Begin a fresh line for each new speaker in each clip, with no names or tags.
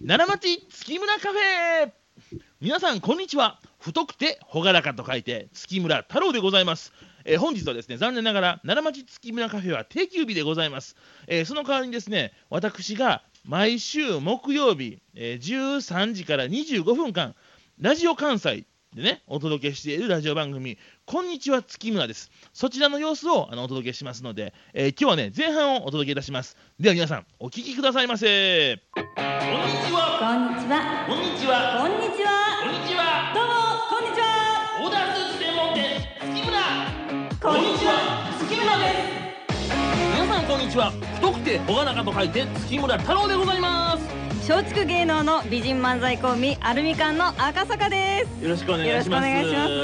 奈良町月村カフェ皆さんこんにちは太くて朗らかと書いて月村太郎でございます、えー本日はですね残念ながら奈良町月村カフェは定休日でございます、えーその代わりにですね私が毎週木曜日、えー13時から25分間ラジオ関西でねお届けしているラジオ番組「こんにちは月村」ですそちらの様子をあのお届けしますので、えー今日はね前半をお届けいたしますでは皆さんお聞きくださいませこんにちは
こんにちは。
こんにちは。
こんにちは。
んにちは。
どうも、こんにちは。
オーダースーツ専門店、月村。
こんにちは。月村です。
皆さん、こんにちは。太くて朗らかと書いて、月村太郎でございます。
松竹芸能の美人漫才コンビ、アルミカンの赤坂です。
よろしくお願いします。
よろしくお願いします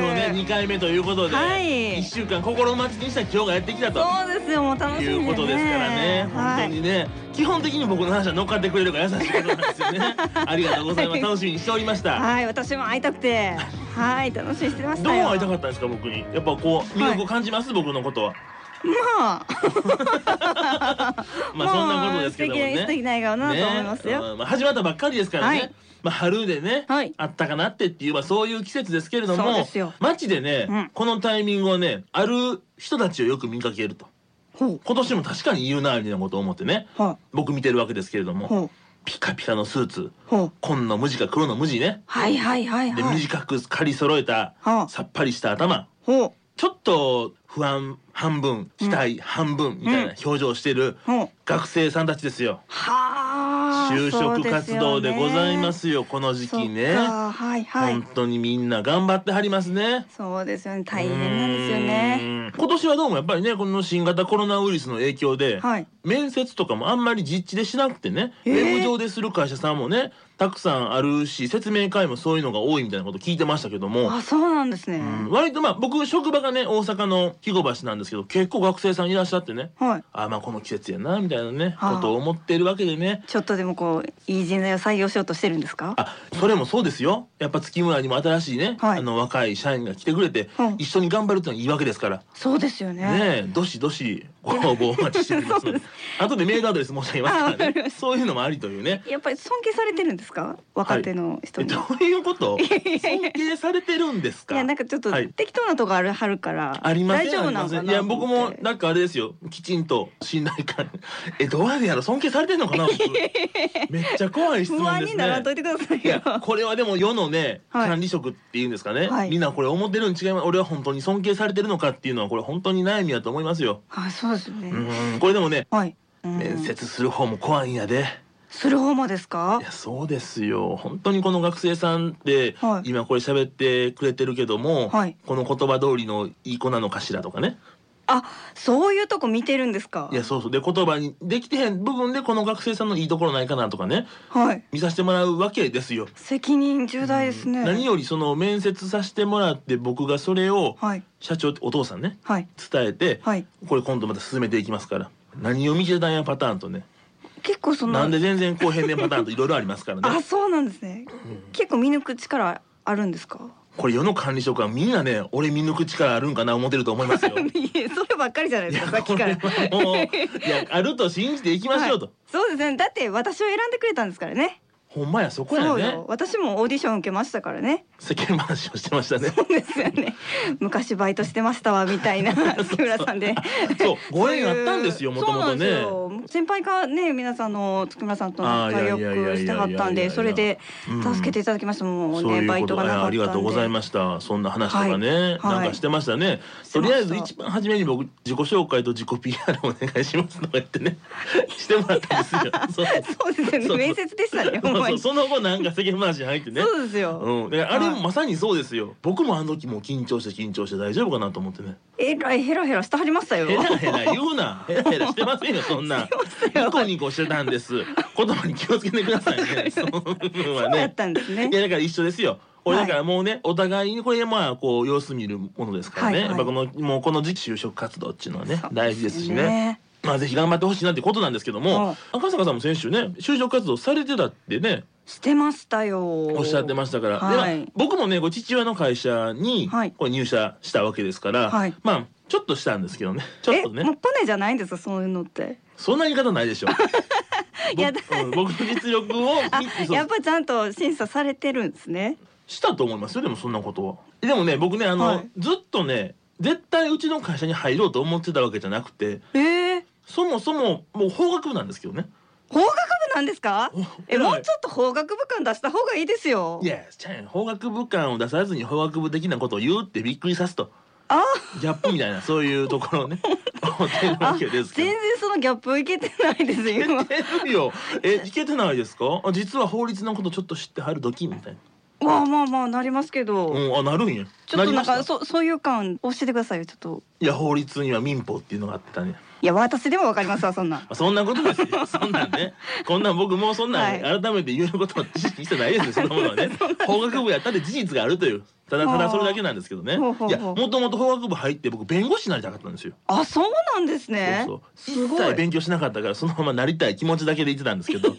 今日ね、二回目ということで、
はい
一週間心待ちにした今日がやってきたと。
そうですよ、もう楽
い
しみですね。
うことですからね、
は
本当に
い。
ね、基本的に僕の話は乗っかってくれるから優しいことなんですよ ね。ありがとうございま
は
す。
い
楽しみにしておりました。
はい、私も会いたくて。はい、楽しみにしてまし
どう
たよ。
会いたかったんですか僕にやっぱこう魅力を感じます、僕のことは
まあ、
まあそんなことですけどもね
素敵な素敵な笑顔だなと思いますよ。
ねうんまあ、始まったばっかりですからね、
はい
まあ、春でね、
はい
あったかなってっていう、まあ、そういう季節ですけれど
そう
も
ですよ
街でね、
うん
このタイミングはねある人たちをよく見かけると
ほう、
今年も確かに言うなみたいなことを思ってね
ほ
僕見てるわけですけれど
う、ほ
も
う、
ピカピカのスーツ
ほう。
紺の無地か黒の無地ね
はいはいはい
で
はい。
短く刈り揃えた
はあ
さっぱりした頭
ほう、
ちょっと不安半分期待半分みたいな表情をしてる
ほう。
学生さんたちですよ。
はあ。。
就職活動でございますすよこの時期ね、
そっかはいはい。
本当にみんな頑張ってはりますね
そうですよね。大変なんですよね。
うーん今年はどうもやっぱりねこの新型コロナウイルスの影響で、
はい。
面接とかもあんまり実地でしなくてね、
えー
ウェブ上でする会社さんもねたくさんあるし説明会もそういうのが多いみたいなこと聞いてましたけども、
あ、そうなんですね。
うん割とまあ僕職場がね大阪の肥後橋なんですけど結構学生さんいらっしゃってね
はい。
あまあこの季節やなみたいなね
はあ
ことを思ってるわけでね
ちょっとでもこういい人材を採用しようとしてるんですか。
あそれもそうですよやっぱ月村にも新しいね、
はい
あの若い社員が来てくれて、
うん
一緒に頑張るってのはいいわけですから
そうですよね。
ねえどしどしご応募お待ちしておりますの
そ
で
うです
後でメールアドレス申し上げます
あ
か
わからり
ね
ました
そういうのもありというね
やっぱり尊敬されてるんですか。若手の人
え
に。
どういうこと
いやいや
尊敬されてるんです
い
か
やなんかちょっと
はい
適当なとこあるはるから、
ありません
大丈夫なのか
ありません
ないい
や僕もなんかあれですよきちんと信頼感えどうやるやろ尊敬されてんのかな僕めっちゃ怖い質
不
問
安
ですね
にならんといてください
い や
よ
これはでも世のね、
はい
管理職っていうんですかね、
はい
みんなこれ思ってるに違います俺は本当に尊敬されてるのかっていうのはこれ本当に悩みやと思いますよ、
あそうですよね、
うんこれでもね
はい、うん
面接する方も怖いんやです
る方もですか
いやそうですよ本当にこの学生さんって、
はい
今これ喋ってくれてるけども、
はい
この言葉通りのいい子なのかしらとかね
あそういうとこ見てるんですか
いやそうそうで言葉にできてへん部分でこの学生さんのいいところないかなとかね
はい
見させてもらうわけですよ。
責任重大ですね、
何よりその面接させてもらって僕がそれを
はい
社長お父さんね
はい
伝えて、
はい
これ今度また進めていきますから何を見てたんやパターンとね、
結構その
なんで全然こう変年パターンとい ろいろありますから
あ
ね
そうなんですね、結構見抜く力あるんですか
これ世の管理職はみんなね俺見抜く力あるんかな思ってると思いますよ
いえそればっかりじゃない
い
です
や
かさっ
こ
きか
れ
ら
はもういやあると信じていきましょうと、
はいそうですねだって私を選んでくれたんですからね
ほんまやそこや
そう
ね
よ私もオーディション受けましたからね
世間話をしてましたね
そうですよね昔バイトしてましたわみた いな杉村さんで
そうご縁
そうい
あ
う
ったんですよもともとね
そうなんですよ先輩がね皆さんの月村さんと
あ
仲
ーいや
良
いやいやいやいや
くしてはったんでそれで
うん
助けていただきましたもう
そう
ね
い
バ
う
イ
こと
トが
い
なかったん
や
で
ありがとうございましたそんな話とかね、
はいはい
なんかしてましたねとりあえず一番初めに僕自己紹介と自己 PR お願いしますとか言って ねしてもらったんですよそう
そうですよ
そう
ね面接でしたねほ
そ
ん
う
ま
そう
にそ
その後なんか世間話入ってね
うですよ
うん、であれ
は
も
い
まさにそうですよ、僕もあの時もう緊張して緊張して大丈夫かなと思って ね
えらいヘラヘラしてはりましたよ。
ヘラヘラ言うなヘラヘラしてませんよそん なニコニコしてたんです言葉に気をつけてくださいねその部分は
そうや
ね
ったんですね
い。やだから一緒ですよ。これ
は
だ
い
からもうね、お互いにこれまあこう様子見るものですからね、
はいは
や
い
っぱこのもうこの時期就職活動っていうのはね
そう
大事ですしねまあぜひ頑張ってほしいなってことなんですけども、
はい
赤坂さんも先週ね就職活動されてたってね
してましたよ。
おっしゃってましたから、
はい
でまあ僕もねこう父親の会社に
はい
こう入社したわけですから、
はい
まあちょっとしたんですけどねちょっと
え、も
ね
うコネじゃないんですかそういうのって。
そんな言い方ないでしょ
やだ
僕うん僕の実力を
あ
見 て、そう
やっぱちゃんと審査されてるんですね。
したと思いますよでもそんなことはでもね僕ねあの、
はい
ずっとね絶対うちの会社に入ろうと思ってたわけじゃなくて
ええ
そもそももう法学部なんですけどね
法学部なんですか
お？偉
え、
い
もうちょっと法学部感出した方がいいですよ
い。やちゃうやん法学部感を出さずに法学部的なことを言うってびっくりさすと
あ
ギャップみたい なそういうところをね思ってるわ
あ、
け
全
で
然
すけど。
そのギャップいけてないです
いけ
今。
てるよえいけてないですかあ実は法律のことちょっと知ってはるドキみたいな
まあまあまあなりますけど、
うんあなるんや
ちょっと
り
な
ま
ん
した
かそそういう感教えてくださいよちょっと。
いや法律には民法っていうのがあってたね
いや私でもわかりますわそんなん。
まあそんなことですよ。そんなんね。こんなん僕もうそんな
は
ん
い
改めて言うことを知識してないですね。そんなものはね。 法学部やったで事実があるという。ただただそれだけなんですけどね。
ほうほうほう
いや、もともと法学部入って僕弁護士になりたかったんですよ。
あ、そうなんですね。
そうそう
す
一
ごい
切勉強しなかったからそのままなりたい気持ちだけで言ってたんですけ ど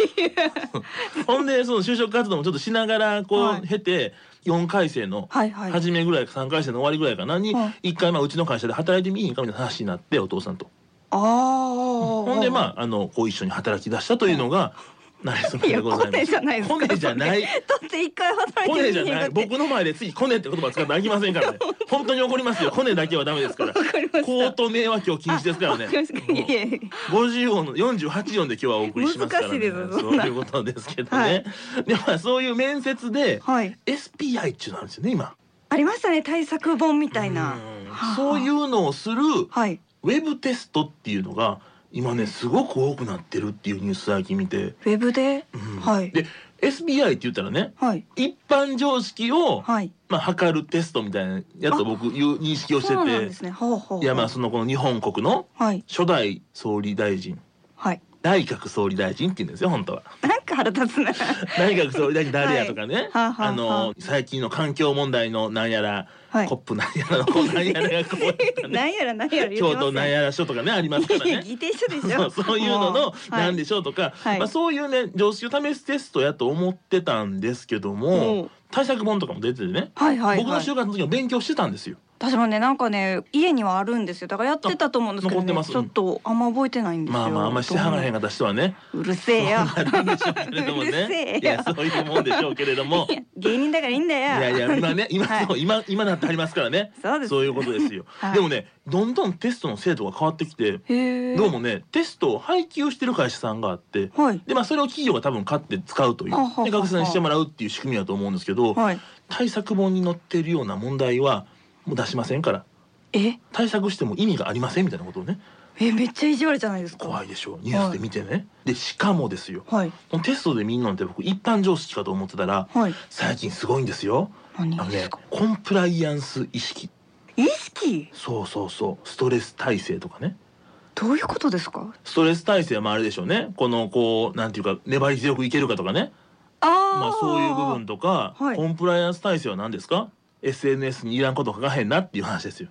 ほんでその就職活動もちょっとしながらこ
は
う
い
経て4回生の
はいはい。
初めぐらいか3回生の終わりぐらいかなに
はい
1回まあうちの会社で働いてみいひんかみたいな話になってお父さんと。
ああ。ほ
ほんでまああのこう一緒に働き出したというのがなれそめ
い
で
や
ござい
コ
ま
ネ
す。
じゃないですか。
コネじゃない
だ って一回働い
コ
て
ネ
み
じゃ
へん
な
か
い。
って。
僕の前で次コネって言葉使ってあきません からね。本当に怒りますよ。コネだけはダメですから。
わかりました。
口頭名は今日禁止ですからね
わ。りましたいやいやいや
50音の48音で今日はお送りしますからね。
難しいです
そういうことですけどね。
はい
でまあそういう面接で
はい。
SPI っていうのあるんですよね今。
ありましたね対策本みたい
う
な。
んそういうのをする
はい。
ウェブテストっていうのが今ねすごく多くなってるっていうニュース最近見て。
ウェブで。
うん
はい
で SBI って言ったらね
はい。
一般常識を、
はい。
まあ、測るテストみたいなやつを僕いう認識をして
そうなんで
て、
すね。ほうほうほう。
いやまあそのこの日本国の
はい。
初代総理大臣
はい。
内閣総理大臣って言うんですよ本当は
なんか腹立つな。
内閣総理大臣誰やとかね、
はあはあ
あの最近の環境問題のなんやら、
はい
コッ。プなんやらのこうなんやらが こうとかね
なんやらなんやら言ってます
京都なんやら所とかねありますから
いや
ね
議定書でし
そ
ょ。
う そういうの
も
の
う
なん。でしょうとか、
はい
まあ、そういうね常識を試すテストやと思ってたんですけど
はい
も、
もう
対策本とかも出ててね、
はいはいはい。
僕の就活の時は勉強してたんですよ。
私もねなんかね家にはあるんですよだからやってたと思うんですけど、
残ってま
ね、
す
ちょっとあんま覚えてないんですよ
まあまああんましてはらへんかった人はね、
うるせ えよ
そうなるんでしょうけれども
うるせえ
ね
よ、
いやそういうもんでしょうけれども、
いや芸人だからいいんだよ
いやいや今ね今
はい
そう今今なってありますからね、
そうです
そういうことですよ
は。い
でもねどんどんテストの制度が変わってきて、
へえ
どうもねテストを配給してる会社さんがあって。
はい
でまあ、それを企業が多分買って使うという
はあはあはあ
で学生さんにしてもらうっていう仕組みだと思うんですけど、
はい
対策本に載ってるような問題はもう出しませんから
え
対策しても意味がありませんみたいなことをね
えめっちゃ意地悪じゃないですか
怖いでしょニュースで見てね、でしかもですよ
はい
テストでみんなのって僕一般常識かと思ってたら
はい
最近すごいんですよ
何
あの
で
ね
すか、
コンプライアンス意識
意識
そうそうそうストレス耐性とかね
どういうことですか
ストレス耐性はまああれでしょうねこのこうなんていうか粘り強くいけるかとかね
ああ
まあそういう部分とか、
はい
コンプライアンス耐性は何ですか SNS にいらんこと書かへんなっていう話ですよ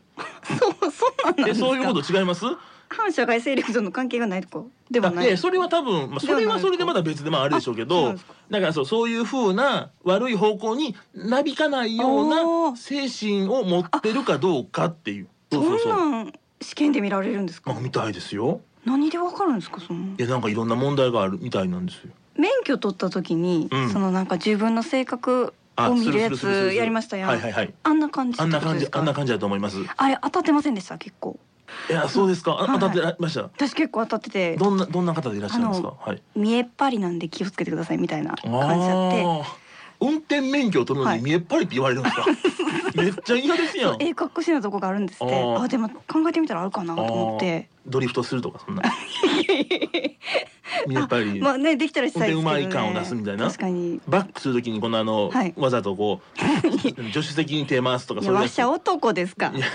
そうそう なんで
え
すか
そういうこと違います
反社会勢力との関係がないとかでは
あ
ない
いやそれは多分、まあ、それはそれでまた別でまああるでしょうけ
そうな
ど
んですか
だからそうそういう風な悪い方向になびかないよう
お
な
ー
精神を持ってるかどうかっていう
そ
そうそうそう、
んなん試験で見られるんです
ま
か
あ、みたいですよ
何でわかるんですかその
いやなんかいろんな問題があるみたいなんですよ
免許取った時に、
うん
そのなんか自分の性格
あ
を見
す
るや
すすす
つ
す
やりましたやん、
はいはいはい
あんな感じ
あんな
ってこと
感
で
じ
すか
あんな感じだと思います
あれ当たってませんでした結構
いやそうですかあ
はい
当たってらっしゃいました
私結構当たってて
どんなどんな方でいらっしゃるんです
あ
かはい
見えっ張りなんで気をつけてくださいみたいな
あ
感じだって
ー運転免許を取るのに見えっぱりって言われるんです か、めっちゃ嫌ですや
そうんええかっこしいなとこがあるんですって
あー
あでも考えてみたらあるかなと思って
ドリフトするとかそんなやっぱり、
まあねできたらしたいですけど、ね、
運転うまい感を出すみたいな
確かに
バックするときにこのあの、
はい
わざとこう助手席に手回すとか
いや
う
わ
や
し
つ
ゃ男ですか
い
違
や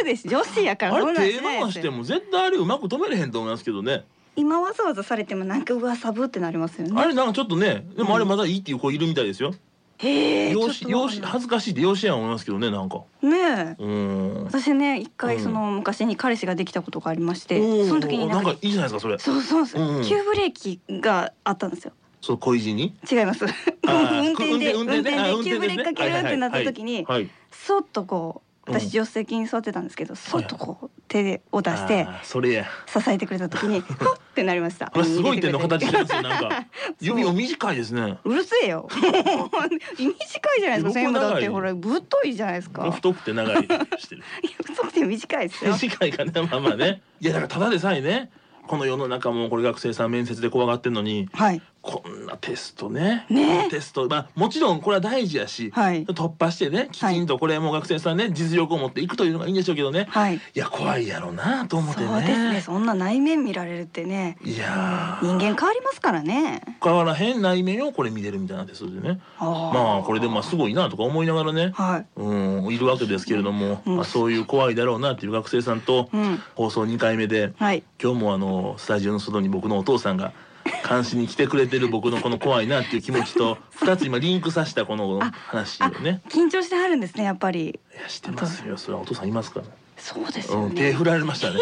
うでしょ女子やから
あ
そ
れ
んなん
手
しない
回
です
して
よ
も絶対あれうまく止めれへんと思いますけどね
今わざわざされてもなんかうわサブってなりますよ
あ
ね
れなんかちょっとねでもあれまだいいっていう子いるみたいですよ、
へえ
養子養子
ね
恥ずかしいって養子やん思いますけどねなんか
え
うーん
私ね一
う
回
ん
その昔に彼氏ができたことがありまして、
おー
その時に
な
なんん
か
か
いいじゃないですかそれ
そうそうそう、
うん
急ブレーキがあったんですよ
その小いじに
違います
あー
運転で
く
運転で
あ
急ブレーキかけるってなった時
はい
に
はいはいはい
そっとこう
うん
私助手席に座ってたんですけどそっとこう手を出して
あーそれや
支えてくれ た時にふっってなりました
あすごい手の
握れ
形
て
し
く
て
れ
るんですよなんか指も短いですね
うるせえよ 短いじゃないですか全部だってほらぶっといじゃないですか
太くて長いしてる
いや太くて短い ですよ
短いかねまあまあねいやだからただでさえねこの世の中もこれ学生さん面接で怖がってんのに
はい
こんなテストね
ね
テストまあもちろんこれは大事やし、
はい
突破してねきちんとこれもう学生さんね実力を持っていくというのがいいんでしょうけどね
はい
いや怖いやろうなと思ってね
そうですねそんな内面見られるってね
いやー
人間変わりますからね
変わらへん内面をこれ見れるみたいなテストでね
あー
まあこれでもまあすごいなとか思いながらね
はい
うんいるわけですけれども、
うん
まあ、そういう怖いだろうなっていう学生さんと
うん
放送2回目で
はい
今日もあのスタジオの外に僕のお父さんが監視に来てくれてる 僕のこの怖いなっていう気持ちと2つ今リンクさせたこの話をね
緊張してはるんですねやっぱり
いやしてますよそれはお父さんいますから、
そうですよ
うん、手
ね、
振られましたね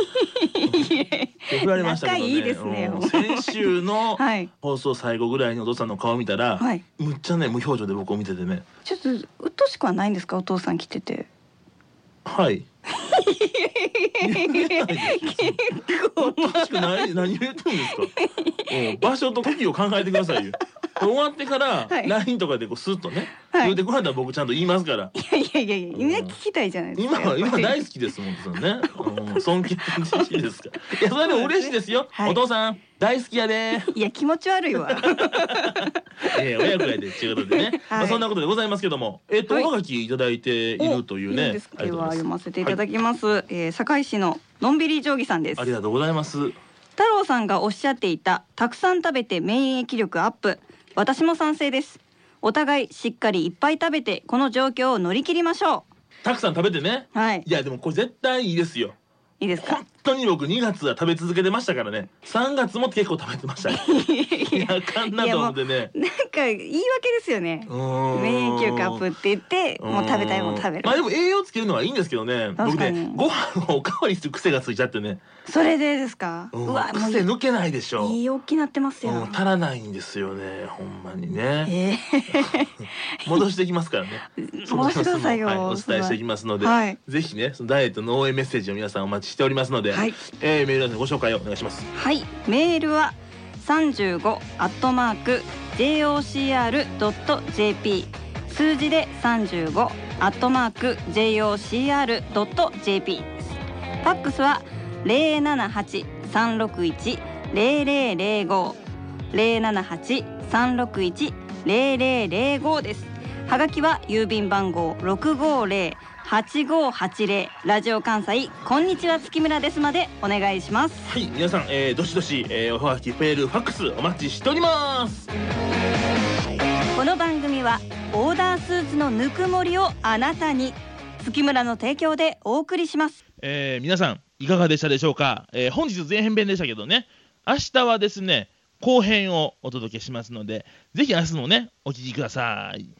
手振られましたけどね
仲いいですね
うん先週の
はい
放送最後ぐらいにお父さんの顔見たら、
はい
むっちゃね無表情で僕を見ててね
ちょっと鬱陶しくはないんですかお父さん来てて
はい。結構確か何何を言ってるんですか。うん場所と時を考えてくださいよ。終わってから
はい
LINE とかでこうスッとね、
はい
言うてくれたら僕ちゃんと言いますから。
いやいやいやいや今聞きたいじゃないです
今
か
は
やっ
今
ぱり
大好きですもんですよね。うん尊敬の知識ですから。いやそれでも嬉しいですよ。
はい
お父さん大好きやで。
いや気持ち悪いわ
えー、親ぐらいでということでね、ま
は
あ
い
そんなことでございますけども、えっ、と、
はい
おはがきいただい ているという
おいい
ね
んですか
あり
で
がとう
は
ござい
読
ま
ますせていただきます、えー堺市ののんびり定規さんです
ありがとうございます。
太郎さんがおっしゃっていたたくさん食べて免疫力アップ私も賛成ですお互いしっかりいっぱい食べてこの状況を乗り切りましょ
たくさん食べてね。
うはい
いやでもこれ絶対いいですよ。
いいですか
本当に僕2月は食べ続けてましたからね3月も結構食べてましたいやあかんなと思ってね
なんか言い訳ですよね
うーん
免疫力アップって言って
うーん
もう食べたいもの食べる
まあでも栄養つけるのはいいんですけどね僕
確かに
ねご飯をおかわりする癖がついちゃってね、
それでですか
うん、
うわも
癖抜けないでしょ
ういい大きなってますよ
うん足らないんですよねほんまにね
え
戻していきますからね
ー、戻してくださいよ、
はい、お伝えしていきますので、
はい
ぜひねそのダイエットの応援メッセージを皆さんお待ちしておりますので、
はい
えーメールアドレスご紹介をお願いします
はい、メールは三十五アットマーク j o c r ドット j p 数字で三十五アットマーク j o c r ドット j p です。ファックスは零七八三六一零零零五零七八三六一零零零五です。はがきは郵便番号六五零八五八零ラジオ関西こんにちは月村ですまでお願いします。
はい、皆さん、えー、どしどし、えー、おはがき、メール、ファックス、お待ちしております。
この番組はオーダースーツのぬくもりをあなたに月村の提供でお送りします
えー、皆さん、いかがでしたでしょうか、えー、本日前編編でしたけどね、明日はですね、後編をお届けしますので、ぜひ明日もね、お聞きください。